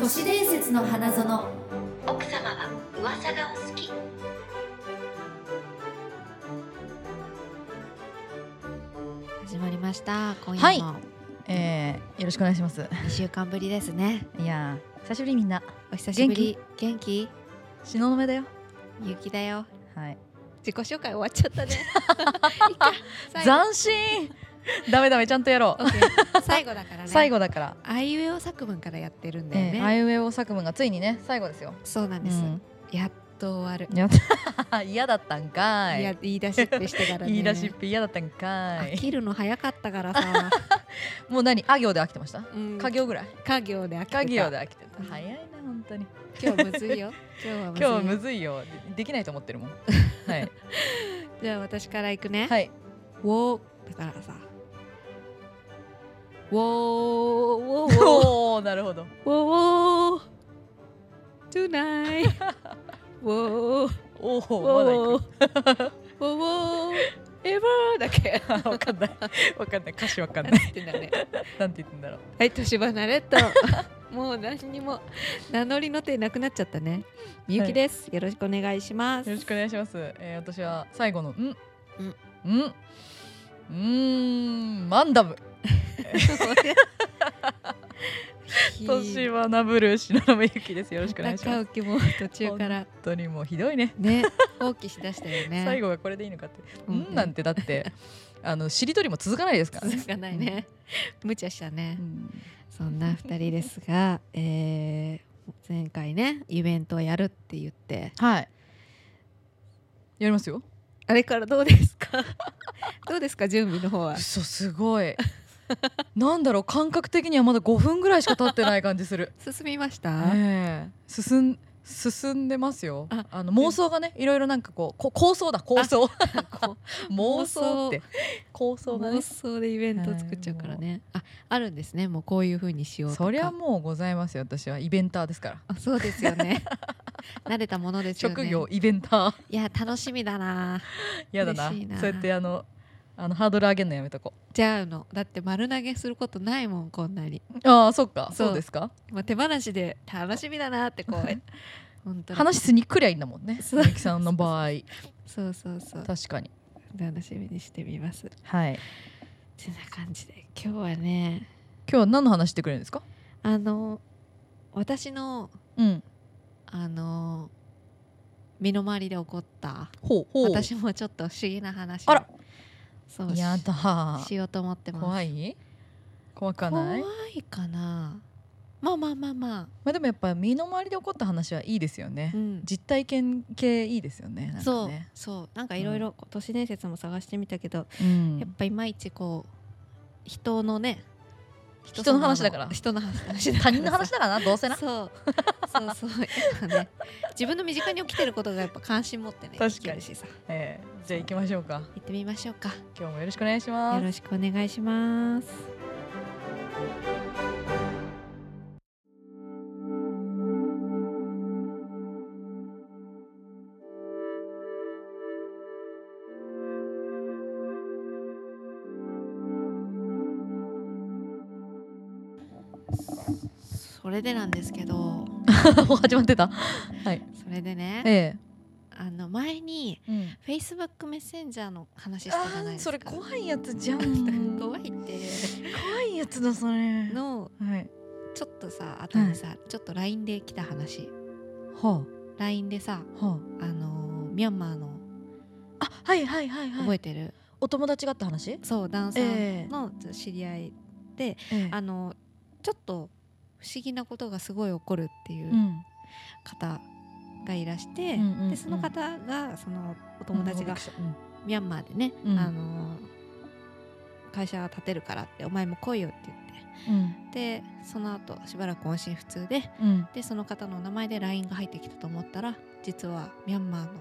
都市伝説の花園奥様は噂がお好き始まりました今は夜いもえー、よろしくお願いします。 2週間ぶりですね、いやー、久しぶりみんな、お久しぶり元気東雲だよ。ゆうきだよはい。自己紹介終わっちゃっ たね最後斬新。ダメダメ、ちゃんとやろう。 OK 最後だからね最後だから。あいうえお作文からやってるんだよえね、ー、あいうえお作文がついにね、最後です よ。そうなんうです、ん。やっと終わる、やった。嫌だったんかい、い。や言い出しっぺしてからね言い出しっぺ嫌だったんか飽い。きるの早かったか らさ、もう何、あ行で飽きてました。うん家業ぐらい。家業で飽きてた家業で飽きてうた。ん早いな、本当に。今日むずいよ今今日はむずい日はむよずいよ。でできないと思って るもん。はい。じゃあ私からいくね、はい。ウォーだからさウォーウォーウォーおお、なるほど。ウォーウォートゥナイウォーウォーおウお、まだォ行 ーウォーエヴァーだっけく。わかんない。わかんない。歌詞わかんななんいて。言ってんだねなんて言ってんだろう。はい年離れともう何にも名乗りの手なくなっちゃったねみゆきです、よろしくお願いしますよろしくお願いします。えー、私は最後のん、ん、んん、うーん、マンダム。年はなぶる篠山ゆきです。よろしくお願いし中ます。浮きも途中から本当にもうひどいね。ね放棄しだしたよね最後がこれでいいのかって。、うんなんてだって、あのしりとりも続かないですからね。 続かないね無茶したね、うんそんな二人ですが、えー、前回ねイベントをやるって言ってはい。やりますよ。あれからどうですかどうですか準備の方は嘘すご い。なんだろう感覚的にはまだ5分ぐらいしか経ってない感じする。進みました、ええ進ん進んでますよああの妄想がねいろいろなんかこうこ構想だ構 想こ妄想って構う想が妄ね想でイベント作っちゃうからねああるんですねもうこういう風にしようとかそりゃもうございますよ私はイベンターですからあそうですよね慣れたものですよね職業イベンター いや楽しみだなやだな嬉しいなそうやってあのあのハードル上げるのやめとこじゃあのだって丸投げすることないもんこんなに、うああそっかそうそうですかまあ、手放しで楽しみだなってこう本当に話しにくりゃいいんだもんねそうみゆきさんの場合そうそうそう確かに楽しみにしてみますってはいな感じで今日はね今日は何の話してくれるんですかあの私のうんあの身の回りで起こったほうほう私もちょっと不思議な話をあらそうしやだしようと思ってます怖い怖かない怖いかなまあまあまあままあでもやっぱ身の回りで起こった話はいいですよねあ、う。ん実体験系いいですよね。なんそかうねそうなんかいろいろ都市伝説も探してみたけど、うんやっぱいまいちこう人のね人人の話だから人の話だからさ他人の話だからな、どうせ な。そうそうそうやっぱね自分の身近に起きてることがやっぱ関心持ってね確かに生きるしさえーじゃあ行きましょうか。行ってみましょうか今日もよろしくお願いしまよろす。しくお願いしますそれでなんですけど 始まってた。それでねえあの前にえ。うん。 Facebook メッセンジャーの話したじゃなあいあ、ですそかれ 怖いやつじゃん。 怖 いって怖いやつだそれ。のはい。ちょっとさ後にさ、ちょっと LINE で来た話は LINE でさあはあのーミャンマーのあ。あ、はいはいはい覚はえい。てる、お友達があった話？そうダンサええーの知り合い、ええ。あのちょっと不思議なことがすごい起こるっていううん方がいらして、うんうんうんでその方がそのお友達がうんミャンマーでね、うんあのー会社建てるからってお前も来いよって言っうんてでその後しばらく音信不通でうん。でその方の名前で LINE が入ってきたと思ったら実はミャンマーの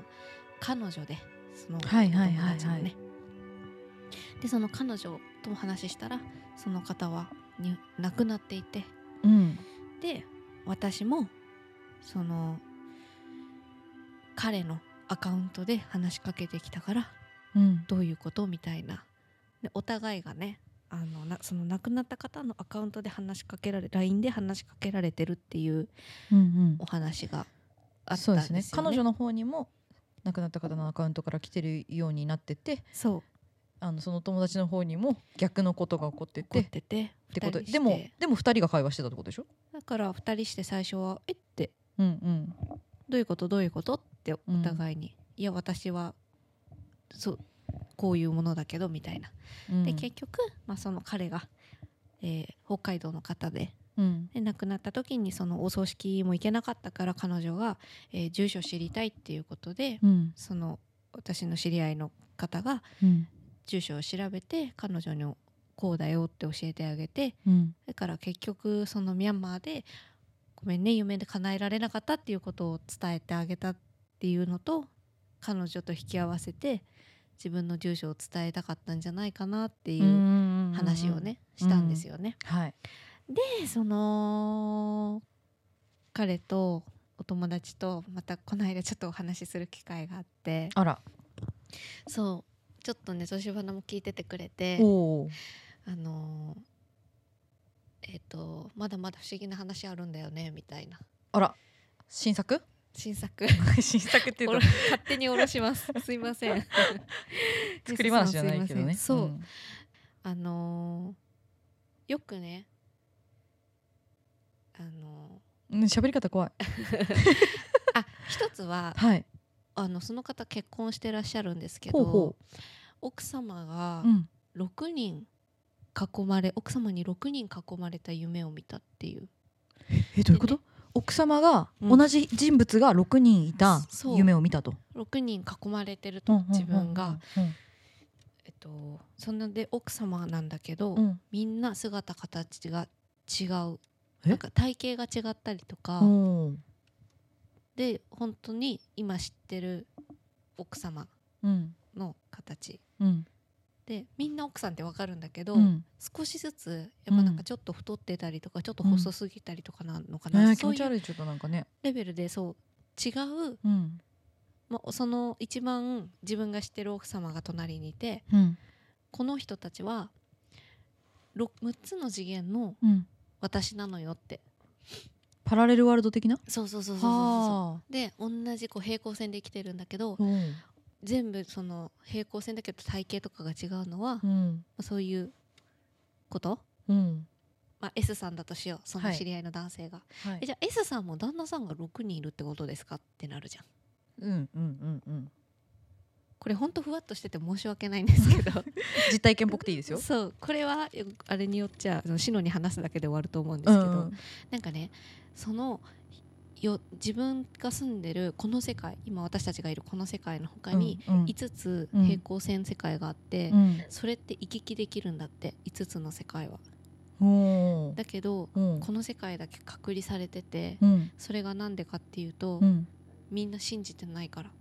彼女でそのはいはいはいはいお友達のねでその彼女とお話ししたらその方はに亡くなっていてうん。で私もその彼のアカウントで話しかけてきたからうん。どういうことみたいなでお互いがねあのなその亡くなった方のアカウントで話しかけられ LINE で話しかけられてるっていううんうんお話があったんですそようね。ですね彼女の方にも亡くなった方のアカウントから来てるようになっててそうあのその友達の方にも逆のことが起こってて怒っってててこと二人してでもでも2人が会話してたってことでしょだから2人して最初は「えっ?」てうんうん「どういうことどういうこと?」ってお互いに「いや私はそうこういうものだけど」みたいな。うんで結局、まあ、その彼が、えー北海道の方でうんで亡くなった時にそのお葬式も行けなかったから彼女が、えー住所知りたいっていうことでうんその私の知り合いの方がうん住所を調べて彼女にこうだよって教えてあげてうんだから結局そのミャンマーでごめんね夢で叶えられなかったっていうことを伝えてあげたっていうのと彼女と引き合わせて自分の住所を伝えたかったんじゃないかなっていううん話をねしたんですよね。はいでその彼とお友達とまたこの間ちょっとお話しする機会があってあらそうちょっとね年花も聞いててくれておーあのーえっ、とまだまだ不思議な話あるんだよねみたいなあら新 作新作新作っておろ勝手におろします すいません 作り話じゃないけどすませねんそう、んあのーよくねあのうん喋り方怖いーあ一つははいあのその方結婚してらっしゃるんですけどほうほ奥様がううん6人囲まれ、奥様に6人囲まれた夢を見たっていうえどういうこと奥様がうん同じ人物が6人いたそう夢を見たと6人囲まれてると自分が、うんえっと、そんなで奥様なんだけど、うんうんみんな姿形が違うえなんか体型が違ったりとか、うんうんで本当に今知ってる奥様うんの形うんでみんな奥さんってわかるんだけど、うん少しずつやっぱなんかちょっと太ってたりとか、ちょっと細すぎたりとかなのかな、ねえ気そう持いちう悪いちょっとなんかねレベルでそう違う、うんまあ、その一番自分が知ってる奥様が隣にいてうんこの人たちは 6, つの次元のうん私なのよってパラレルワールド的なそうそうそうそうそうそうはで同じこう平行線で生きてるんだけどあうん全部その平行線だけど体型とかが違うのは、まうんあそういうこと、うんまあ、S さんだとしようそのはい知り合いの男性が、はえいじゃあ S さんも旦那さんが6人いるってことですかってなるじゃんうんうんうんうんこれほんとふわっとしてて申し訳ないんです けど実体験っぽくていいですよそうこれはよあれによっちゃそのシノに話すだけで終わると思うんですけど、うんなんかねそのよ自分が住んでるこの世界今私たちがいるこの世界の他にうんうん5つうん平行線世界があって、うんそれって行き来できるんだって5つの世界は。おーだけどうんこの世界だけ隔離されててうんそれがなんでかっていうとうんみんな信じてないから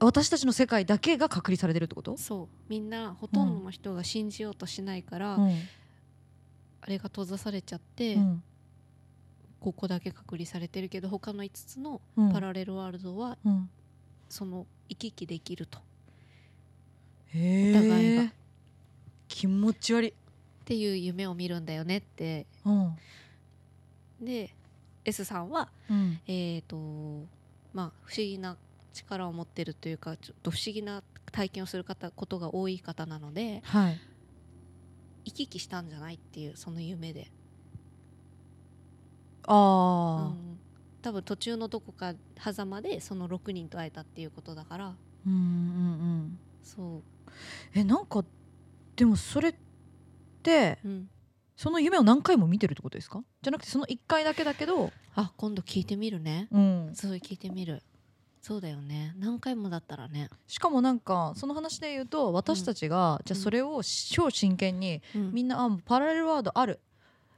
私たちの世界だけが隔離されてるってことそうみんなほとんどの人が信じようとしないから、うんあれが閉ざされちゃって、うんここだけ隔離されてるけど他の5つのうんパラレルワールドはうんその行き来できると。へお互いえが気持ち悪いっていう夢を見るんだよねってうんで S さんはうんえー、とまあ不思議な力を持ってるというかちょっと不思議な体験をする方ことが多い方なのではい行き来したんじゃないっていうその夢で、うああん、多分途中のどこか狭間でその6人と会えたっていうことだからうんうんうんそえなんかでもそれってう、うん、その夢を何回も見てるってことですかじゃなくてその1回だけだけど、あ今度聞いてみるねうん、すごい聞いてみるそうだよね何回もだったらね、しかもなんかその話で言うと私たちが、じゃあそれを超真剣に、うんみんなあもうパラレルワールドある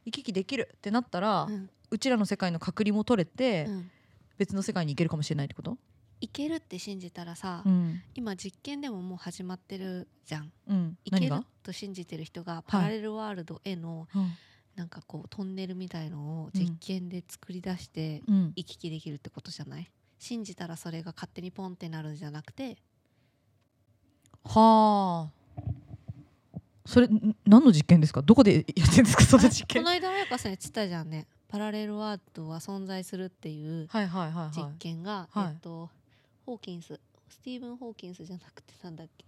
行き来できるってなったら、ううんちらの世界の隔離も取れて、うん、別の世界に行けるかもしれないってこと、行けるって信じたらさ、うん今実験でももう始まってるじゃんうん、行け何るが、と信じてる人がパラレルワールドへのなんかこうトンネルみたいのを実験で作り出してうん、行き来できるってことじゃない信じたらそれが勝手にポンってなるんじゃなくてはあそれん何の実験ですかどこでやってるんですかその実 こ験の間彩香さん言ってたじゃんねパラレルワールドは存在するっていうはいはいはい実はい験が、はいえっとホーキンススティーブン・ホーキンスじゃなくてなんだっけ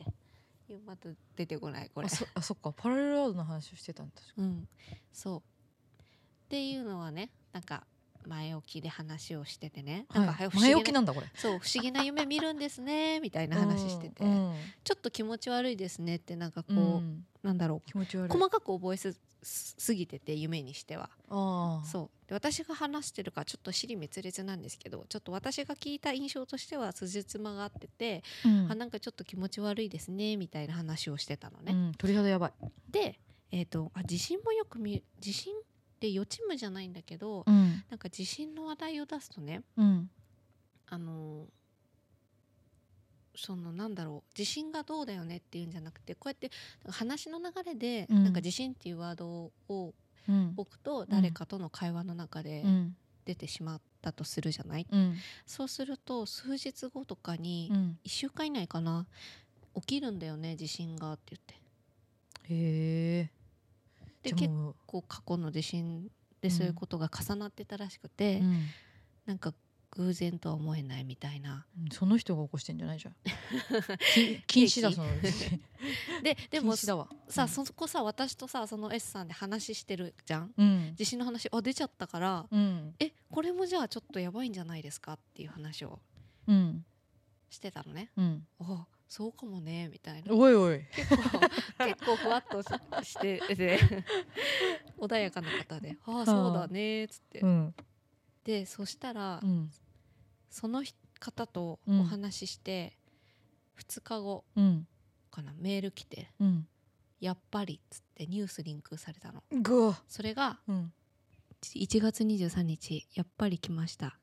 いやまた出てこないこれあそ あそっかパラレルワールドの話をしてたんですうんそうっていうのはねなんか前置きで話をしててねなんか、ははいい、不思議前な置きなんだこれそう不思議な夢見るんです ねみたいな話してて、うんちょっと気持ち悪いですねってなんかこうう、んうんなんだろう気持ち悪い細かく覚えすすすぎてて夢にしてはあーそうで私が話してるからちょっと尻滅裂なんですけどちょっと私が聞いた印象としては辻褄が合ってて、うんあなんかちょっと気持ち悪いですねみたいな話をしてたのうね、ん、鳥肌やばい、で、えー、とあ地震もよく見る地震って予知夢じゃないんだけど、うんなんか地震の話題を出すとねうんあのーそのなんだろう地震がどうだよねっていうんじゃなくてこうやって話の流れで、うんなんか地震っていうワードをうん僕と誰かとの会話の中でうん出てしまったとするじゃない、うんそうすると数日後とかにうん1週間以内かな起きるんだよね地震がって言っへてえでじゃあ結もう構過去の地震でそういうことが重なってたらしくて、うんなんか偶然とは思えないみた いなうんその人が起こしてんじゃ ないじゃんき禁止だケーキそ のでで禁も止だわさ、うんそこさ私とさその S さんで話してるじゃんうん地震の話あ出ちゃったから、うんえこれもじゃあちょっとやばいんじゃないですかっていう話をうんしてたのねうんあそうかもねみ たいなおいおい結構結構ふわっとしして て穏やかな方で「ああそうだね」っつって、うんでそしたら、うんその方とうんお話しして、2日後うんかなメール来てうん「やっぱり」っつってニュースリンクされたのぐわそれがうん1月23日やっぱり来ました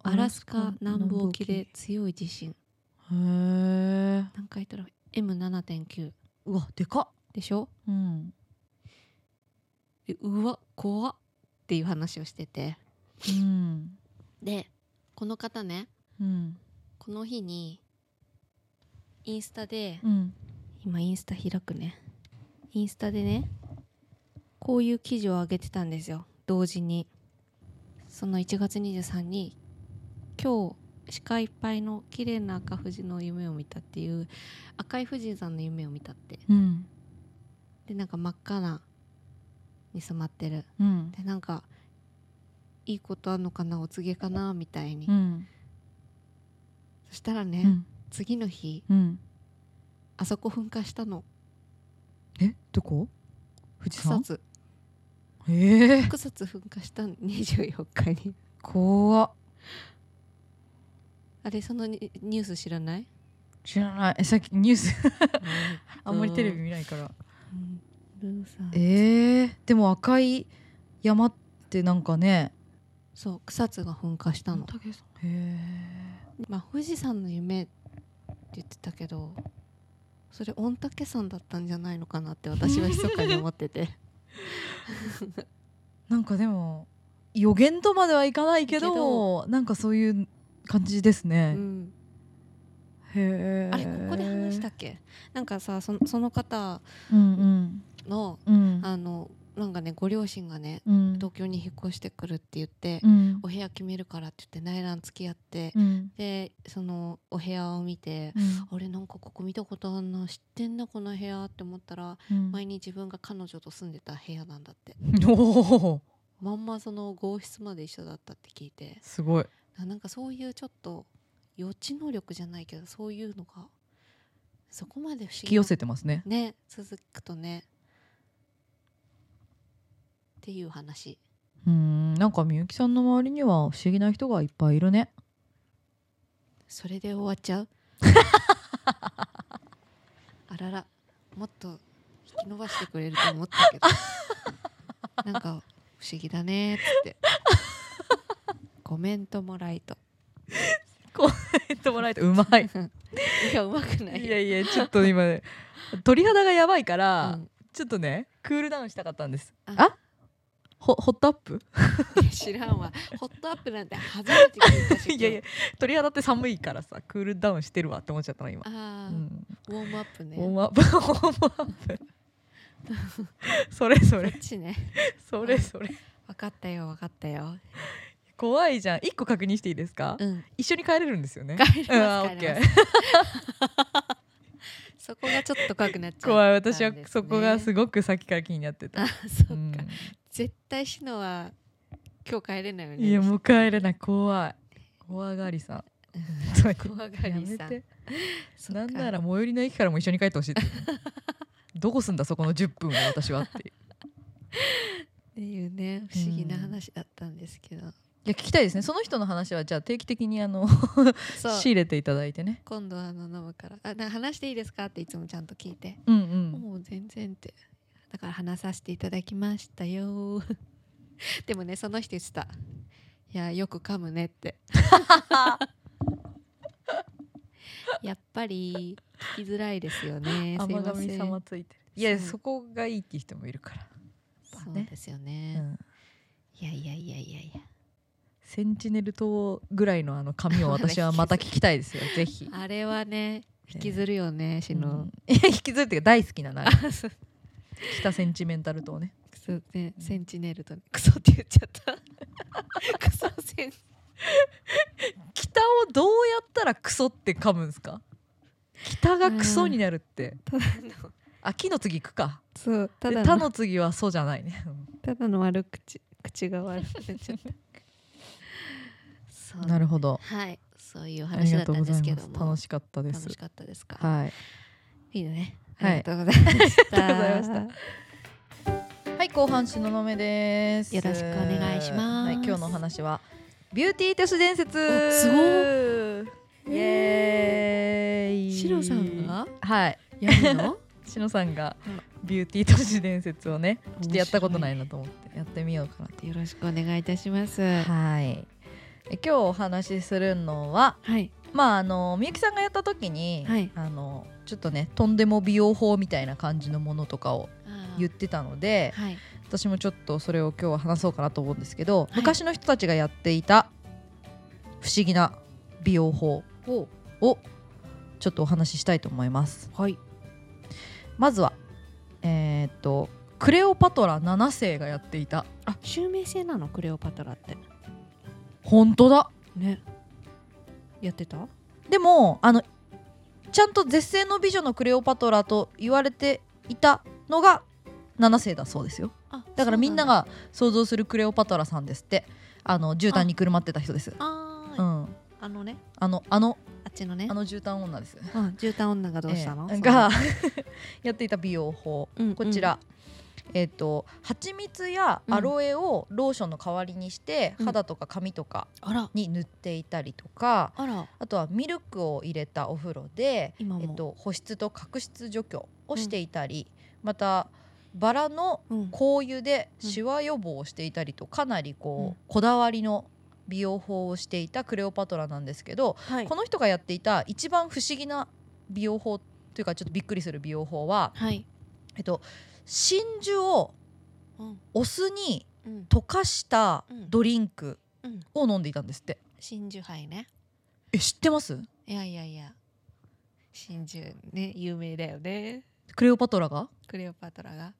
アラスカ南部沖で強い地震へえ何回言ったら M7.9 うわでかっでしょうんでうわ怖っっていう話をしててうんでこの方ねうんこの日にインスタで、うん今インスタ開くねインスタでねこういう記事を上げてたんですよ同時にその1月23に今日視界いっぱいの綺麗な赤富士の夢を見たっていう赤い富士山の夢を見たってうんでなんか真っ赤なに染まってるうんでなんかいいことあんのかなお告げかなみたいに、うんそしたらね、うん次の日うんあそこ噴火したのえどこ富士草山津ええ草津噴火したの24日に怖っあれそのニニュース知らない、知らないえさっきニュー ス あんまりテレビ見ないからうん、ルーさんえー、でも赤い山ってなんかねそう草津が噴火したの、へえまあ、富士山の夢って言ってたけどそれ御嶽山だったんじゃないのかなって私は密かに思っ ててなんかでも予言とまではいかないけどけどなんかそういう感じですうね、んへえあれここで話したっけなんかさそのその方うんのうんうんあのなんかねご両親がねうん東京に引っ越してくるって言って、うんお部屋決めるからって言って内覧付き合って、うんでそのお部屋を見て、うんあれなんかここ見たことあんな知ってんなこの部屋って思ったらうん前に自分が彼女と住んでた部屋なんだっておおまんまその合室まで一緒だったって聞いてすごいあなんかそういうちょっと予知能力じゃないけどそういうのがそこま引で不思議なき寄せてますねね続くとねっていう話うんなんかみゆきさんの周りには不思議な人がいっぱいいる ねそれで終わっちゃう あららもっと引き伸ばしてくれると思ったけどなんか不思議だねーっつってコメントもらいとえっともらえてうまいいやうまく ないいやいやちょっと今ね鳥肌がやばいかうら、んちょっとねクールダウンしたかったんですああほホットアップ知らんわホットアップなんて初めて聞いたしいやいや鳥肌って寒いからさクールダウンしてるわって思っちゃったの今、あうー、ん、ウォームアッ プウねォームアップウォームアップそれそこれっちねそれそれ分かったよ分かったよ怖いじゃん一個確認していいですか、うん一緒に帰れるんですよね帰うりまわオすッ帰ケりーますそこがちょっと怖くなっちゃう怖い私はそこがすごいごくさっきから気になってた、あそっか、うん絶対シノは今日帰れないよねいやもう帰れない怖い怖がりさん 本当に怖がりさやんめてそっかなんなら最寄りの駅からも一緒に帰ってほしいってどこすんだそこの10分を私はっていうっていうね不思議な話だったんですけど、いや聞きたいですねその人の話はじゃあ定期的にあのそう仕入れていただいてね今度はあの飲むからあなんか話していいですかっていつもちゃんと聞いて、うんうんもう全然ってだから話させていただきましたよ でもねその人言ってた「いやよく噛むね」って やっぱり聞きづらいですよねすい甘ま神せん様ついてるいやそうそこがいいって人もいるから、そうですよね、うんいやいやいやいやいやセンチネル島ぐらいのあの髪を私はまた聞きたいですよぜひあれはね引きずるよねしうの、ん いや引きずるっていうか大好きなな そう北センチメンタル島ねクソねうんセンチネルとねクソって言っち ゃったクソセン北をどうやったらクソって噛むんですか北がクソになるってただのあ木の次行くかそうたでだ他のの次はそうじゃないねうんただの悪口口が悪くな っちゃったそうなるほどはいそういうおあり話だがっとたうんごでざすいけまどすも楽しかったです楽しかったですか、はいい、いのねはあいりがとうございました、ありがとうございまはい後半東雲ですよろしくお願いしますはい、今日のお話はビューティーテス伝説おすごイエーイシロさんがはいやる のしのさんがうんビューティー都市伝説を ねちょっとやったことないいなと思ってやってみようかなってよろしくお願いいたしますはいえ今日お話しするのははいまああのみゆきさんがやった時に、はいあのちょっとねとんでも美容法みたいな感じのものとかを言ってたのではい私もちょっとそれを今日は話そうかなと思うんですけど、い昔の人たちがやっていた不思議な美容法をちょっとお話ししたいと思います。はいまずはえーっとクレオパトラ7世がやっていたあ襲名制なのクレオパトラって本当だねやってたでもあのちゃんと絶世の美女のクレオパトラと言われていたのが7世だそうですよあだからみんなが想像するクレオパトラさんですってあの絨毯にくるまってた人ですあうー、んあのねあのあのあっちのねあの絨毯女ですうん、絨毯女がどうしたの、ええが やっていた美容法、うんうんこちらえっ、と蜂蜜やアロエをローションの代わりにして、うん肌とか髪とかあらに塗っていたりとかあらあとはミルクを入れたお風呂で今も、えっと、保湿と角質除去をしていたり、またバラのうん、香油でシワ予防をしていたりとかなりこう、うんこだわりの美容法をしていたクレオパトラなんですけど、はいこの人がやっていた一番不思議な美容法というかちょっとびっくりする美容法は、はい、えっと、真珠をうんお酢にうん、溶かしたドリンクうんを飲んでいたんですって。真珠杯ねえ知ってますいやいやいや真珠ね有名だよねクレオパトラがクレオパトラが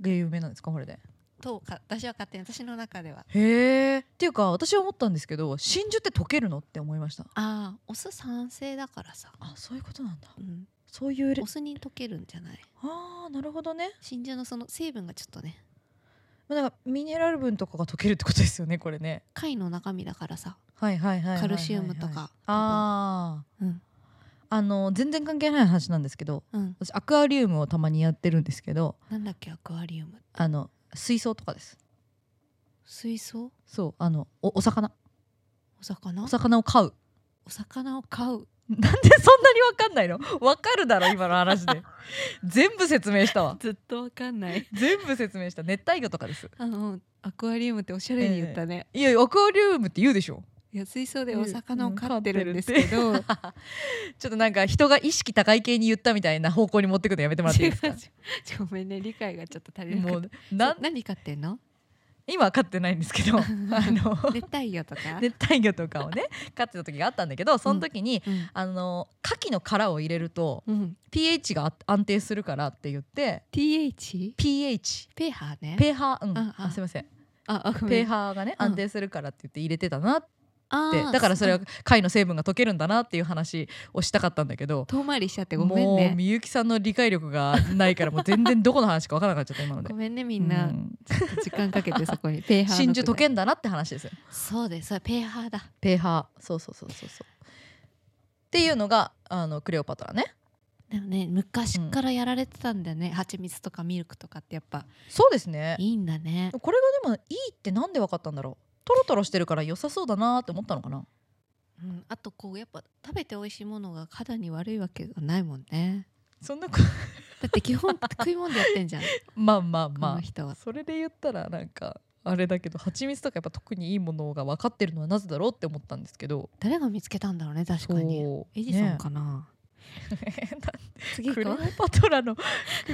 が有名なんですかこれでとか私は勝手に私の中ではへえっていうか私は思ったんですけど真珠って溶けるのって思いましたああお酢酸性だからさ、あそういうことなんだうん、そういうお酢に溶けるんじゃないあーなるほどね真珠のその成分がちょっとねまあなんかミネラル分とかが溶けるってことですよねこれね貝の中身だからさはいはいはいはいはいはいカルシウムとかあ多分うんああの全然関係ない話なんですけどうん私アクアリウムをたまにやってるんですけどなんだっけアクアリウムあの水槽とかです水槽そうあのおお魚お魚お魚を飼う お魚を飼うなんでそんなにわかんないのわかるだろ今の話で 全部説明したわずっとわかんない全部説明した熱帯魚とかですあのアクアリウムっておしゃれに言ったね、いやアクアリウムって言うでしょ いや水槽でお魚を飼ってるんですけうんど、飼ってるってちょっとなんか人が意識高い系に言ったみたいな方向に持 ってくのやめてもらっていいですか違う違うごめんね理解がちょっと足りなもかったうなん そう何飼ってんの今は飼ってないんですけ どあの熱帯魚とか、熱帯魚とかをね飼ってた時があったんだけどその時に、うんあの牡蠣の殻を入れるとうん pH が安定するからって言って TH? pH ペーハーねペーハー、うん、あああすいませんああごめペーんハーがねうん安定するからって言って入れてたなって、あーだからそれはう貝の成分が溶けるんだなっていう話をしたかったんだけど、遠回りしちゃってごめんもうねみゆきさんの理解力がないからもう全然どこの話か分からなかっちゃった今のでごめんねみんな、うんちょっと時間かけてそ こにペーハー真珠溶けんんだなって話ですよそうですそれペーハーだペーハーそうそうそうそうそうっていうのがあのクレオパトラねでもね昔からやられてたんだよね、蜂蜜とかミルクとかってやっぱそうですねいいんだねこれがでもいいってなんで分かったんだろうトロトロしてるから良さそうだなって思ったのかなうん、あとこうやっぱ食べて美味しいものが肌に悪いわけがないもんねそんなだって基本食い物でやってんじゃんこ まあまあ まのあ人は、それで言ったらなんかあれだけど蜂蜜とかやっぱ特にいいものが分かってるのはなぜだろうって思ったんですけど誰が見つけたんだろうね確かにそうエジソンかな、 ね 次クレ行オこうパトラ のク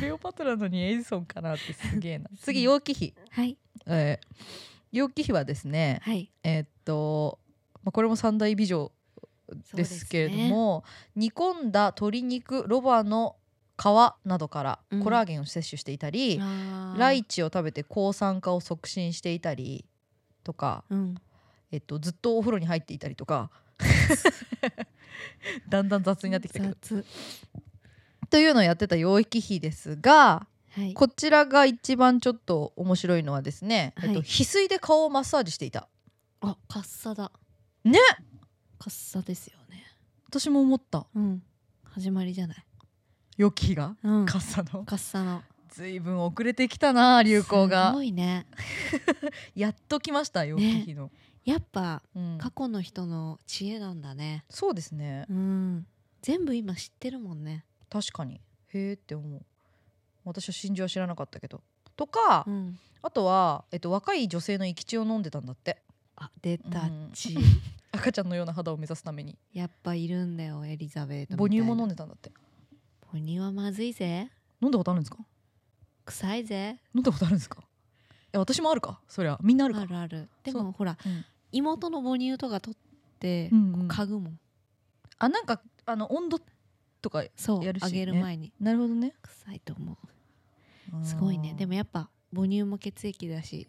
レオパトラのにエジソンかなってすげえな次楊貴妃、はいえー、楊貴妃はですねはいえーっと、まあ、これも三大美女ですけれども、煮込んだ鶏肉ロバの皮などからうんコラーゲンを摂取していたり、ラライチを食べて抗酸化を促進していたりとか、うんえっと、ずっとお風呂に入っていたりと かだんだん雑になってきたけど。雑というのをやってた養育費ですがはいこちらが一番ちょっと面白いのはですね、えっと、はい翡翠で顔をマッサージしていた。あカッサだねカッサですよね私も思ったうん始まりじゃない、養貴妃がうん、カカッサの ッサのずいぶん遅れてきたな流行すがごいねやっと来ましたよ、ねね、の、やっぱうん過去の人の知恵なんだねそうですねうん全部今知ってるもんね確かにへーって思う私は真珠は知らなかったけどとか、うんあとは、えっと、若い女性の生き血を飲んでたんだってあ出たうん ち、赤ちゃんのような肌を目指すためにやっぱいるんだよエリザベート母乳も飲んででたんだって母乳はまずいぜ飲んだことあるんですか臭いぜ飲んだことあるんですかえ私もあるかそりゃみんなああるるかあるでそもほら、うん妹の母乳とか取って、うんうん嗅ぐもんあなんかあの温度とかそう、やるしあげるね前になるほどね臭いと思うすごいねでもやっぱ母乳も血液だし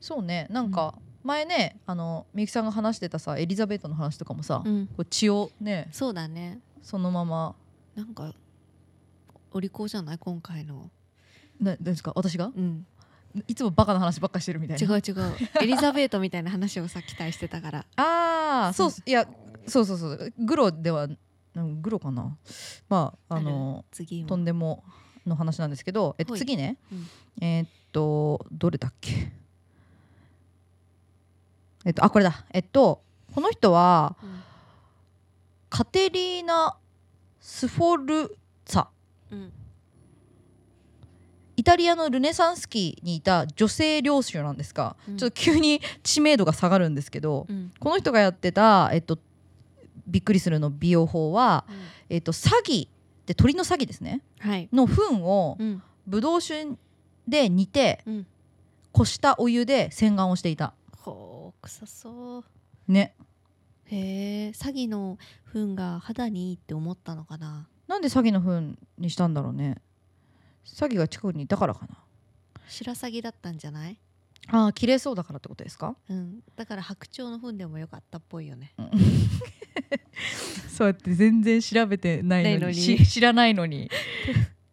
そうねなんか前ねあのみゆきさんが話してたさエリザベートの話とかもさ、うんこう血をねそうだねそのままなんかお利口じゃない今回のな何ですか私がうんいつもバカな話ばっかしてるみたい違なう違うエリザベートみたいな話をさ期待してたからああそそうういやそうそうそうグロではうんグロかなまああの次ともんでもの話なんですけどえっとはい次ね、うんえーっとどれだっけえっとあこれだえっとこの人はうんカテリーナ・スフォルツァうんイタリアのルネサンス期にいた女性領主なんですが、うんちょっと急に知名度が下がるんですけど、うんこの人がやってた、えっと、びっくりするの美容法は、うんえっと、詐欺で鳥の詐欺ですねはいの糞をうんブドウ酒で煮てうんこしたお湯で洗顔をしていたほう臭そうねへえ詐欺の糞が肌にいいって思ったのかななんで詐欺の糞にしたんだろうね詐欺が近くにいたからかな白鷺だったんじゃないああ綺麗そうだからってことですかうんだから白鳥の糞でもよかったっぽいよね そうやって全然調べてないのにし知らないのに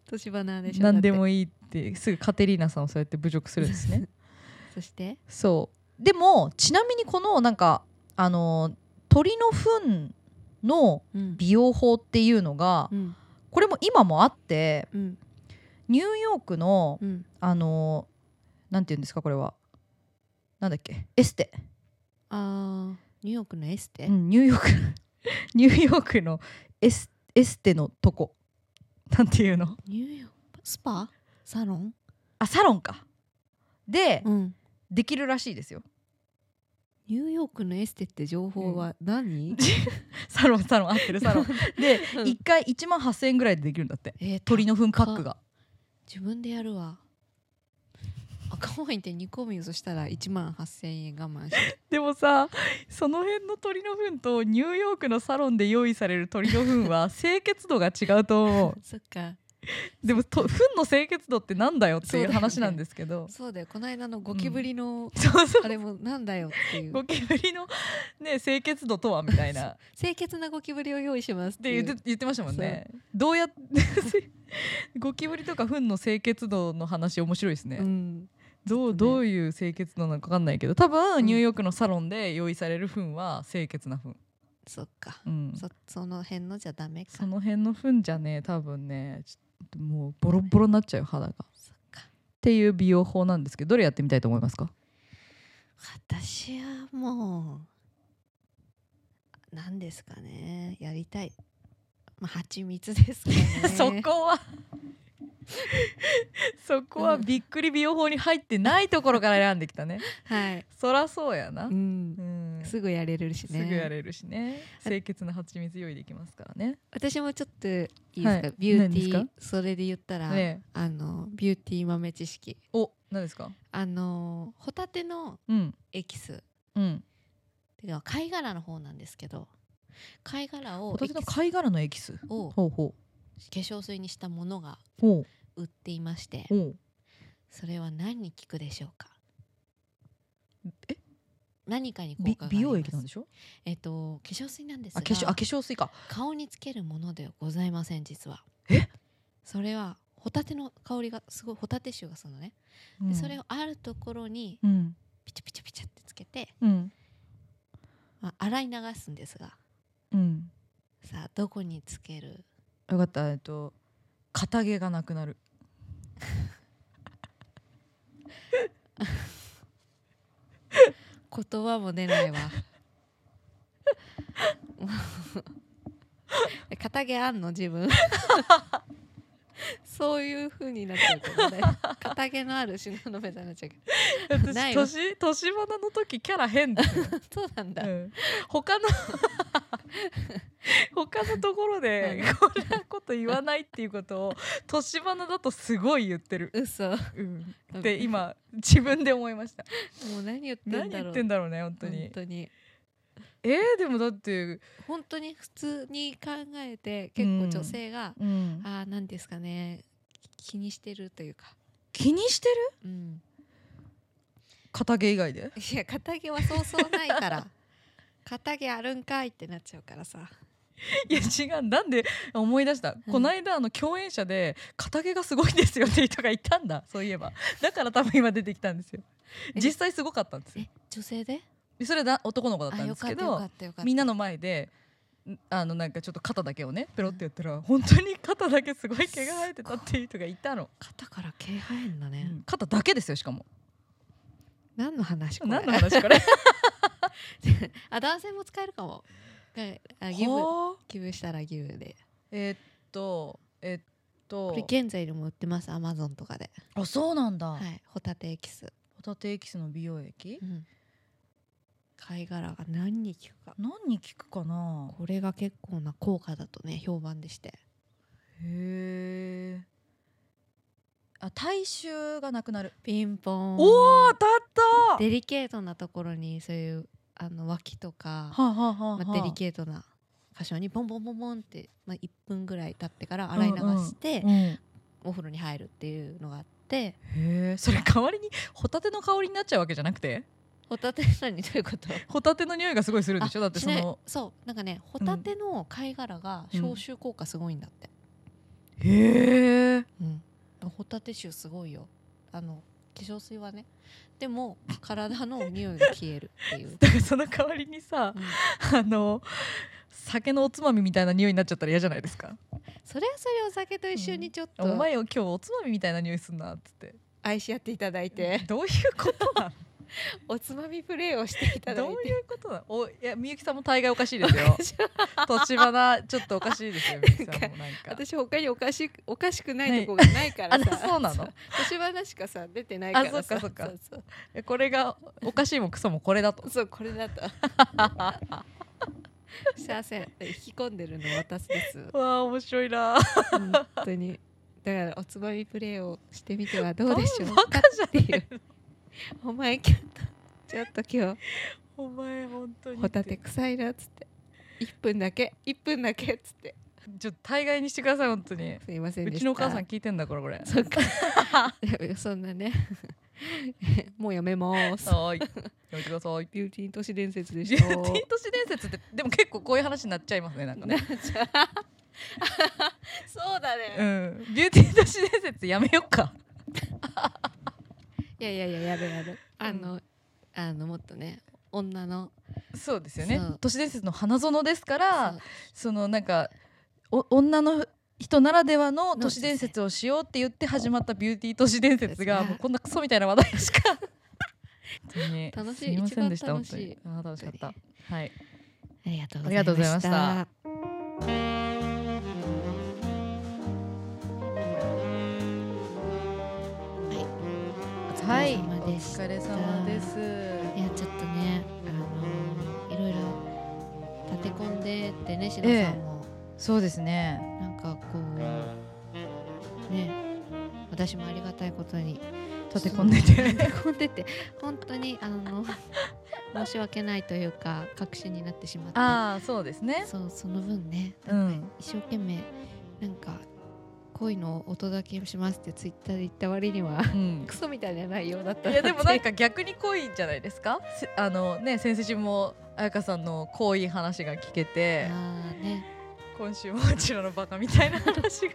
年花でしょ何でだっもいいってすぐカテリーナさんをそうやって侮辱するんですねてそしてそうでもちなみにこのなんかあのー鳥の糞のうん美容法っていうのがうんこれも今もあってうんニューヨークのうんあのーなんて言うんですかこれはなんだっけエステ、あーニューヨークのエステ、うん、ニューヨーク ニューヨークのエスエステのとこなんていうのニューヨークスパサロンあサロンかで、うんできるらしいですよニューヨークのエステって情報は何、 サロンサロン合ってるサロンでうん1回1万8,000円ぐらいでできるんだってえー鳥の糞パックが自分でやるわあ赤ワインって煮込みをしたら1万8,000円我慢してでもさその辺の鳥の糞とニューヨークのサロンで用意される鳥の糞 は清潔度が違うと思う そっかでもと糞の清潔度ってなんだよってそういうだよね話なんですけどそうだよこの間のゴキブリの、そうそうあれもなんだよって いうゴキブリの、ね、清潔度とはみたいなっ清潔なゴキブリを用意しますってていう言って言ってましたもんねどうやって ゴキブリとか糞の清潔度の話面白いですね、うん、どうねどういう清潔度なのか分かんないけど多分ニューヨークのサロンで用意される糞は清潔な糞、そっか、うん、そその辺のじゃダメかその辺の糞じゃね多分ねちょっともうボロボロになっちゃう肌がっそっかていう美容法なんですけどどれやってみたいと思います か私はもう何ですかねやりたいまあ蜂蜜ですか ねそこはそこはびっくり美容法に入ってないところから選んできたねはい、そらそうやな、ううんん、すぐやれるしすねぐやれるしね清潔な蜂蜜用意できますからね私もちょっといいですか、はいビューティ何ーでそれで言ったら、ねえあのビューティー豆知識お何ですかあのホタテのうんエキスうんてか貝殻の方なんですけど貝殻をホタテのエキス貝殻のエキスを化ほうほ粧水にしたものがうほう売っていましてほうそれは何に効くでしょうかえ何かに効び果があります美容液なんでしょえっと化粧水なんですあが化粧あ化粧水か顔につけるものではございません実はえそれはホタテの香りがすごいホタテ臭がするのね、うんでそれをあるところにうんピチャピチャピチャってつけて、うんまあ、洗い流すんですがうんさあどこにつけるよかったえっと片毛がなくなる言葉も出ない わ 片毛あんの 自分そういう風になってるからね片毛のあるしなのめざになっちゃうけ私ないわ年年花の時キャラ変だ、どそうなん だ、うん他の 他のところでうんこんなこと言わないっていうことを年花だとすごい言ってる、嘘もうん、うんって今自分で思いましたう何言って何んだ言ろっうてんだろうね本当に本当にえー、でもだって、本当に普通に考えて結構女性が、うんああ何ですかね気にしてるというか、気にしてるうん、片毛以外でいや片毛はそうそうないから 片毛あるんかいってなっちゃうからさいや違うなんで思い出した、うんこの間あの共演者で「片毛がすごいですよ」っていう人がいたんだそういえばだから多分今出てきたんですよえ実際すごかったんですよえ女性でそれはな男の子だったあんよですかっけたよどかったよかったみんなの前でんあのなんかちょっと肩だけをねペロってやったら本当に肩だけすごい毛が生えてたっていう人がいたの、肩から毛生えんだね、うん肩だけですよしかも何の話これ何の話これ あ男性も使えるかもがあギブはあギブしたらギブでえーっとえーっことれ現在でも売ってますアマゾンとかであそうなんだ、はいホタテエキス、ホタテエキスの美容液うん、貝殻が何に効くか何に効くかなこれが結構な効果だとね評判でしてへえ。あ、体臭がなくなる。ピンポーンおお、たった。デリケートなところにそういうあの脇とか、はあ、はあはあはまあ、デリケートな箇所にボンボンボンボンって、まあ、1分ぐらい経ってから洗い流して、うんへお風呂に入るっていうのがあってえ、それ代わりにホタテの香りになっちゃうわけじゃなくて、ホタテ何どういうことホタテの匂いがすごいするんでしょ。だってあしそないのそうなんかねホタテの貝殻が消臭効果すごいんだって、へえ。うんホタテ臭すごいよあの化粧水はねでも体の匂いが消えるって いう、だからその代わりにさう、んあの酒のおつまみみたいな匂いになっちゃったら嫌じゃないですか。それはそれお酒と一緒にちょっとお前よ今日おつまみみたいな匂いすんなっつって。愛し合っていただいて、どういうことなの？おつまみプレイをして いただいどうていうことなの？おいやみゆきさんも大概おかしいですよ。年花ちょっとおかしいですよみゆきさんもなんか。 私他におかしくおかしくないないとこがないかあらなさそうなの年花しかさ出てないからさあそっかそっかそうえこれがおかしいもクソもこれだとそうそうこれだと 幸せ引き込んでるの私ですわあ面白いな本当にだからおつまみプレイをしてみてはどうでしょうバかカじゃっていうお前ちょっとちょっと今お前本当日ホタテ臭いなっつって1分だけ1分だけっつってちょっと大概にしてください本当にすいませんうでしたちのお母さん聞いてんだからこれそっか そんなね もうやめますはー いやめてくださいビューティー都市伝説でビュしーたティー都市伝説ってでも結構こういう話になっちゃいますねなんかね、そうだうね、ん、ビューティー都市伝説やめよっかいやいやいややべやべあの、あのもっとね女のそうですよねそう都市伝説の花園ですからそうそのなんかお女の人ならではのの都市伝説をしようって言って始まったビューティー都市伝説がそうですねもうこんなクソみたいな話題しか 本当に楽しいすませんでした一番本楽当しいにあー楽しかったはいありがとうございましたありがとうございましたはい、お疲おれ様でした疲れ様ですいやちょっとねあのいろいろ立て込んでってねしのええさんも、そうですねなんかこうね私もありがたいことに立て込んでて立て込んでて本当にあの申し訳ないというか確信になってしまってああそうですねそうその分ね、うん一生懸命なんかこういうのをお届けしますってツイッターで言った割には うんクソみたいな内容だったいやでもなんかか逆に濃いんじゃないですかせあのね先週も彩香さんの濃い話が聞け あてーね今週もうちらのバカみたいな話が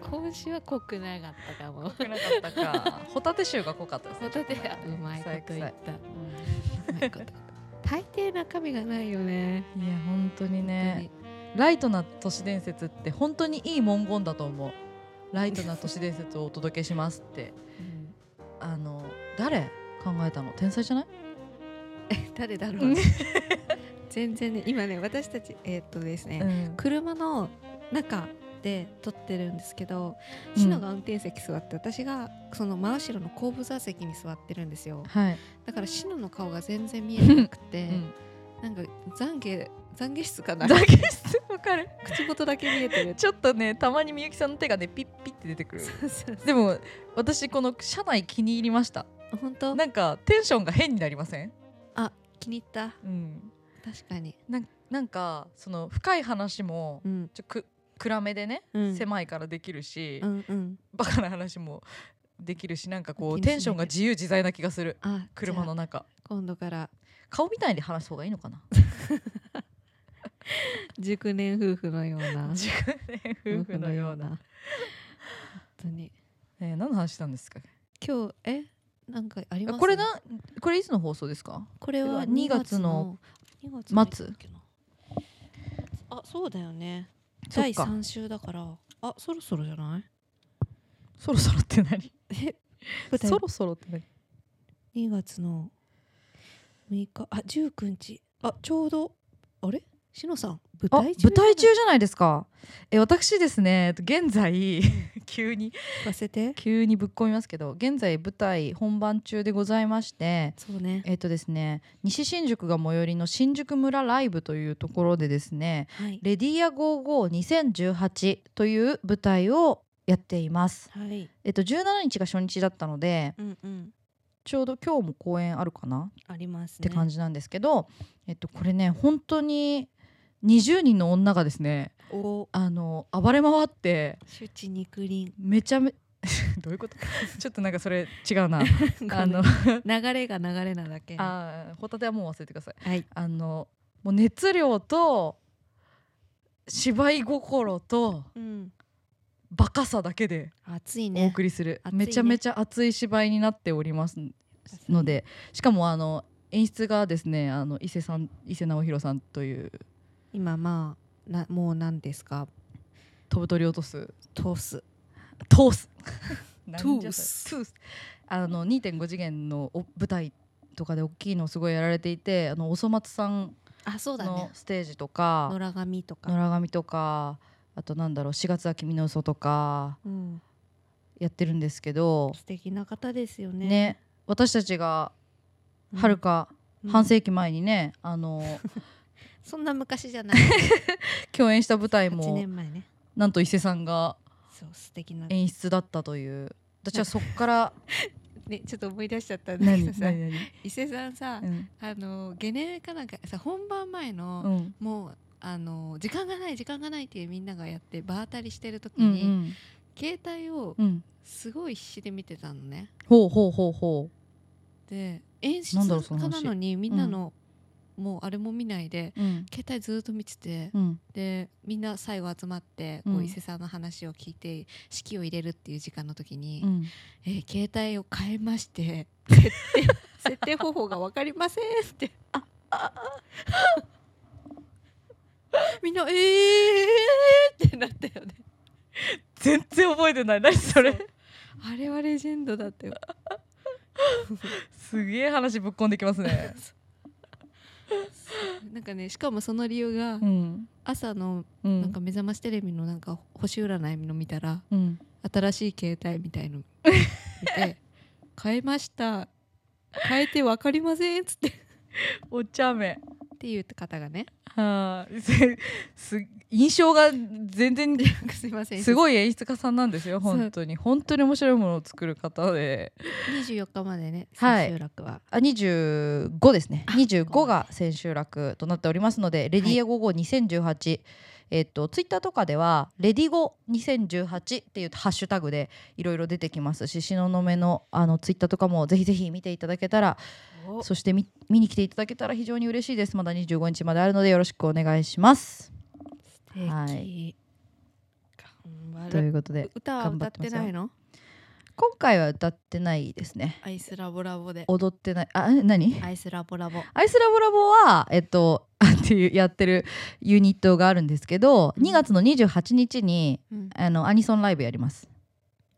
こ今週は濃くなかったかも少なかったかホタテ臭が濃かったですねホタテはうまいこと言臭っいたうまいこと言った大抵中身がないよね臭いいや本当にねライトな都市伝説って本当にいい文言だと思うライトな都市伝説をお届けしますって 本当に、うんあの誰考えたの天才じゃない 誰だろうう全然ね今ね私たちえーっとですね、ん車の中で撮ってるんですけどうんシノが運転席座って、私がその真後ろの後部座席に座ってるんですよはい、だからシノの顔が全然見えなくて、うん、なんか懺悔懺悔室か なだけですわかる口元だけ見えてるちょっとねたまにみゆきさんの手がねピッピッって出てくる そうそうでも私この車内気に入りました本当なんかテンションが変になりません、あ気に入ったうん、確かになんなんかその深い話もうんちょく暗めでね、うん狭いからできるし、うんうんバカな話もできるしなんかこう気にしないテンションが自由自在な気がするあ車じのゃあ中今度から顔みたいで話す方がいいのかな熟年夫婦のような 自分で夫婦のような、本当にえー何の話したんですか今日えなんかありますこれなこれいつの放送ですかこれは2 2月月のの末あそうだよねそっ第か3週だからあそろそろじゃないそろそろって何 そろそろって何2月の6日あ19日あちょうどあれしのさん舞あ台中舞台中じゃないですかえ私ですね現在 急に聞かせて急にぶっ込みますけど現在舞台本番中でございましてそうねえっ、とですね西新宿が最寄りの新宿村ライブというところでですねはい「レディア552018」という舞台をやっています。はいえっと17日が初日だったのでうんうんちょうど今日も公演あるかなありますっねて感じなんですけど、えっとこれね本当に20人の女がですねおあの暴れ回ってシュチ肉林めちゃめどういうこと ちょっとなんかそれ違うな ああのの流れが流れなだけはあーホタテはもう忘れてくださいいあのもう熱量と芝居心とうんバカさだけで暑いおね送りする、熱いめねちゃめちゃ熱い芝居になっておりますのでしかもあの演出がですねあの伊勢さん伊勢直弘さんという今まあなもう何ですか飛ぶ鳥落とす通すトー ストゥーストゥースあの2.5次元のお舞台とかで大きいのをすごいやられていてあのおそ松さんあそうだのねステージとか野良髪とか野良神とかあとなんだろう「4月は君の嘘」とかうん、やってるんですけど素敵な方ですよね。ね私たちがうんはるかうん半世紀前にね、あ のそんな昔じゃない。共演した舞台8も年前ね。なんと伊勢さんがそう素敵な、演出だったという私はそっからね、ちょっと思い出しちゃったんだけ 何どさ 何何伊勢さんさ、うんあのゲネかなんかさ本番前の、うんもうあの時間がない時間がないっていうみんながやって場当たりしてる時うんうに、ん携帯をうんすごい必死で見てたのね。ほうほうほうほで演出なんだろうそ家の話なのにみんなの、もうあれも見ないでううん携帯ずっと見てて、うんでみんな最後集まってこううん伊勢さんの話を聞いて式を入れるっていう時間の時に、うんえー携帯を変えまして設定設定方法が分かりませんって みんなえー、ってなったよね全然覚えてない何それそうあれはレジェンドだったよすげえ話ぶっこんできますねなんかねしかもその理由が うん朝のうんなんか目覚ましテレビのなんか星占いの見たらうん新しい携帯みたいの見て変えました変えて分かりませんっつってっお茶目ていう方がねはあすす印象が全然なんかすいませんすごい演出家さんなんですよそう本当に本当に面白いものを作る方で24日までねはい千秋楽はあ25ですね25ごめんが千秋楽となっておりますので「レディーゴゴ2018」えっとツイッターとかでは「レディゴ2018」っていうハッシュタグでいろいろ出てきますし東雲のあのツイッターとかもぜひぜひ見ていただけたらそして見見に来ていただけたら非常に嬉しいですまだ25日まであるのでよろしくお願いします。敵はい頑と張いるうことで歌は歌ってないの今回は歌ってないですねアイスラボラボで踊ってないあえ何アイスラボラボアイスラボラボは、えっと、 っていうやってるユニットがあるんですけどうん2月の28日にうんあのアニソンライブやります。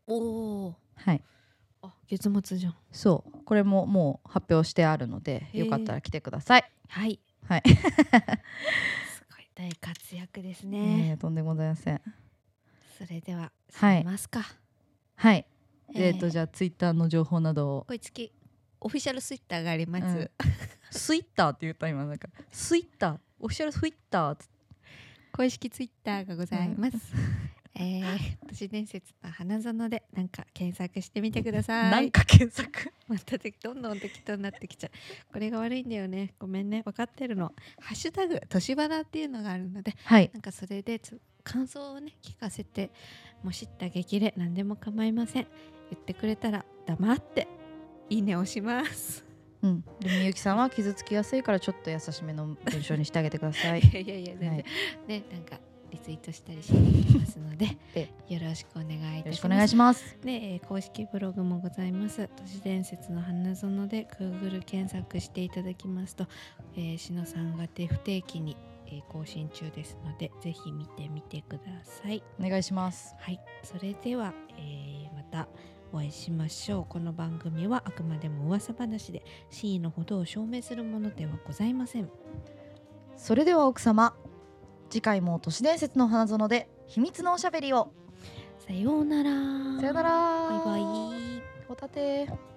おーはい、あ月末じゃんそうこれももう発表してあるのでへーよかったら来てください。はいはいすごい大活躍で すえねー、とんでもございません。それでははいいますかはい、ええー、とじゃゃあツイッターの情報などをこいつきオフィシャルツイッターがありまうんスイッターって言った今なんかスイッターオフィシャルスイッターっつって公式ツイッターがございます。えー、都市伝説の花園でなんか検索してみてください。なんか検 索またてどんどん適当になってきちゃう。これが悪いんだよね。ごめんね。分かってるの。ハッシュタグ都市花っていうのがあるので、はいなんかそれでつ感想をね聞かせて、もしった激励何でも構いません。言ってくれたら黙っていいね押 します。うん、でみゆきさんは傷つきやすいからちょっと優しめの文章にしてあげてくだ さいいやいやいや全然、はいねなんかリツイートしたりしてますので えよろしくお願いいよたろししくおま願いす。します。で、えー公式ブログもございます都市伝説の花園で Google 検索していただきますと、えー、篠さんが手不定期に、えー更新中ですのでぜひ見てみてくださいお願いします。はいそれでは、えーまたお会いしましょうこの番組はあくまでも噂話で真意のほどを証明するものではございませんそれでは奥様、次回も都市伝説の花園で秘密のおしゃべりを。さようならさよなら。バイバイホタテ。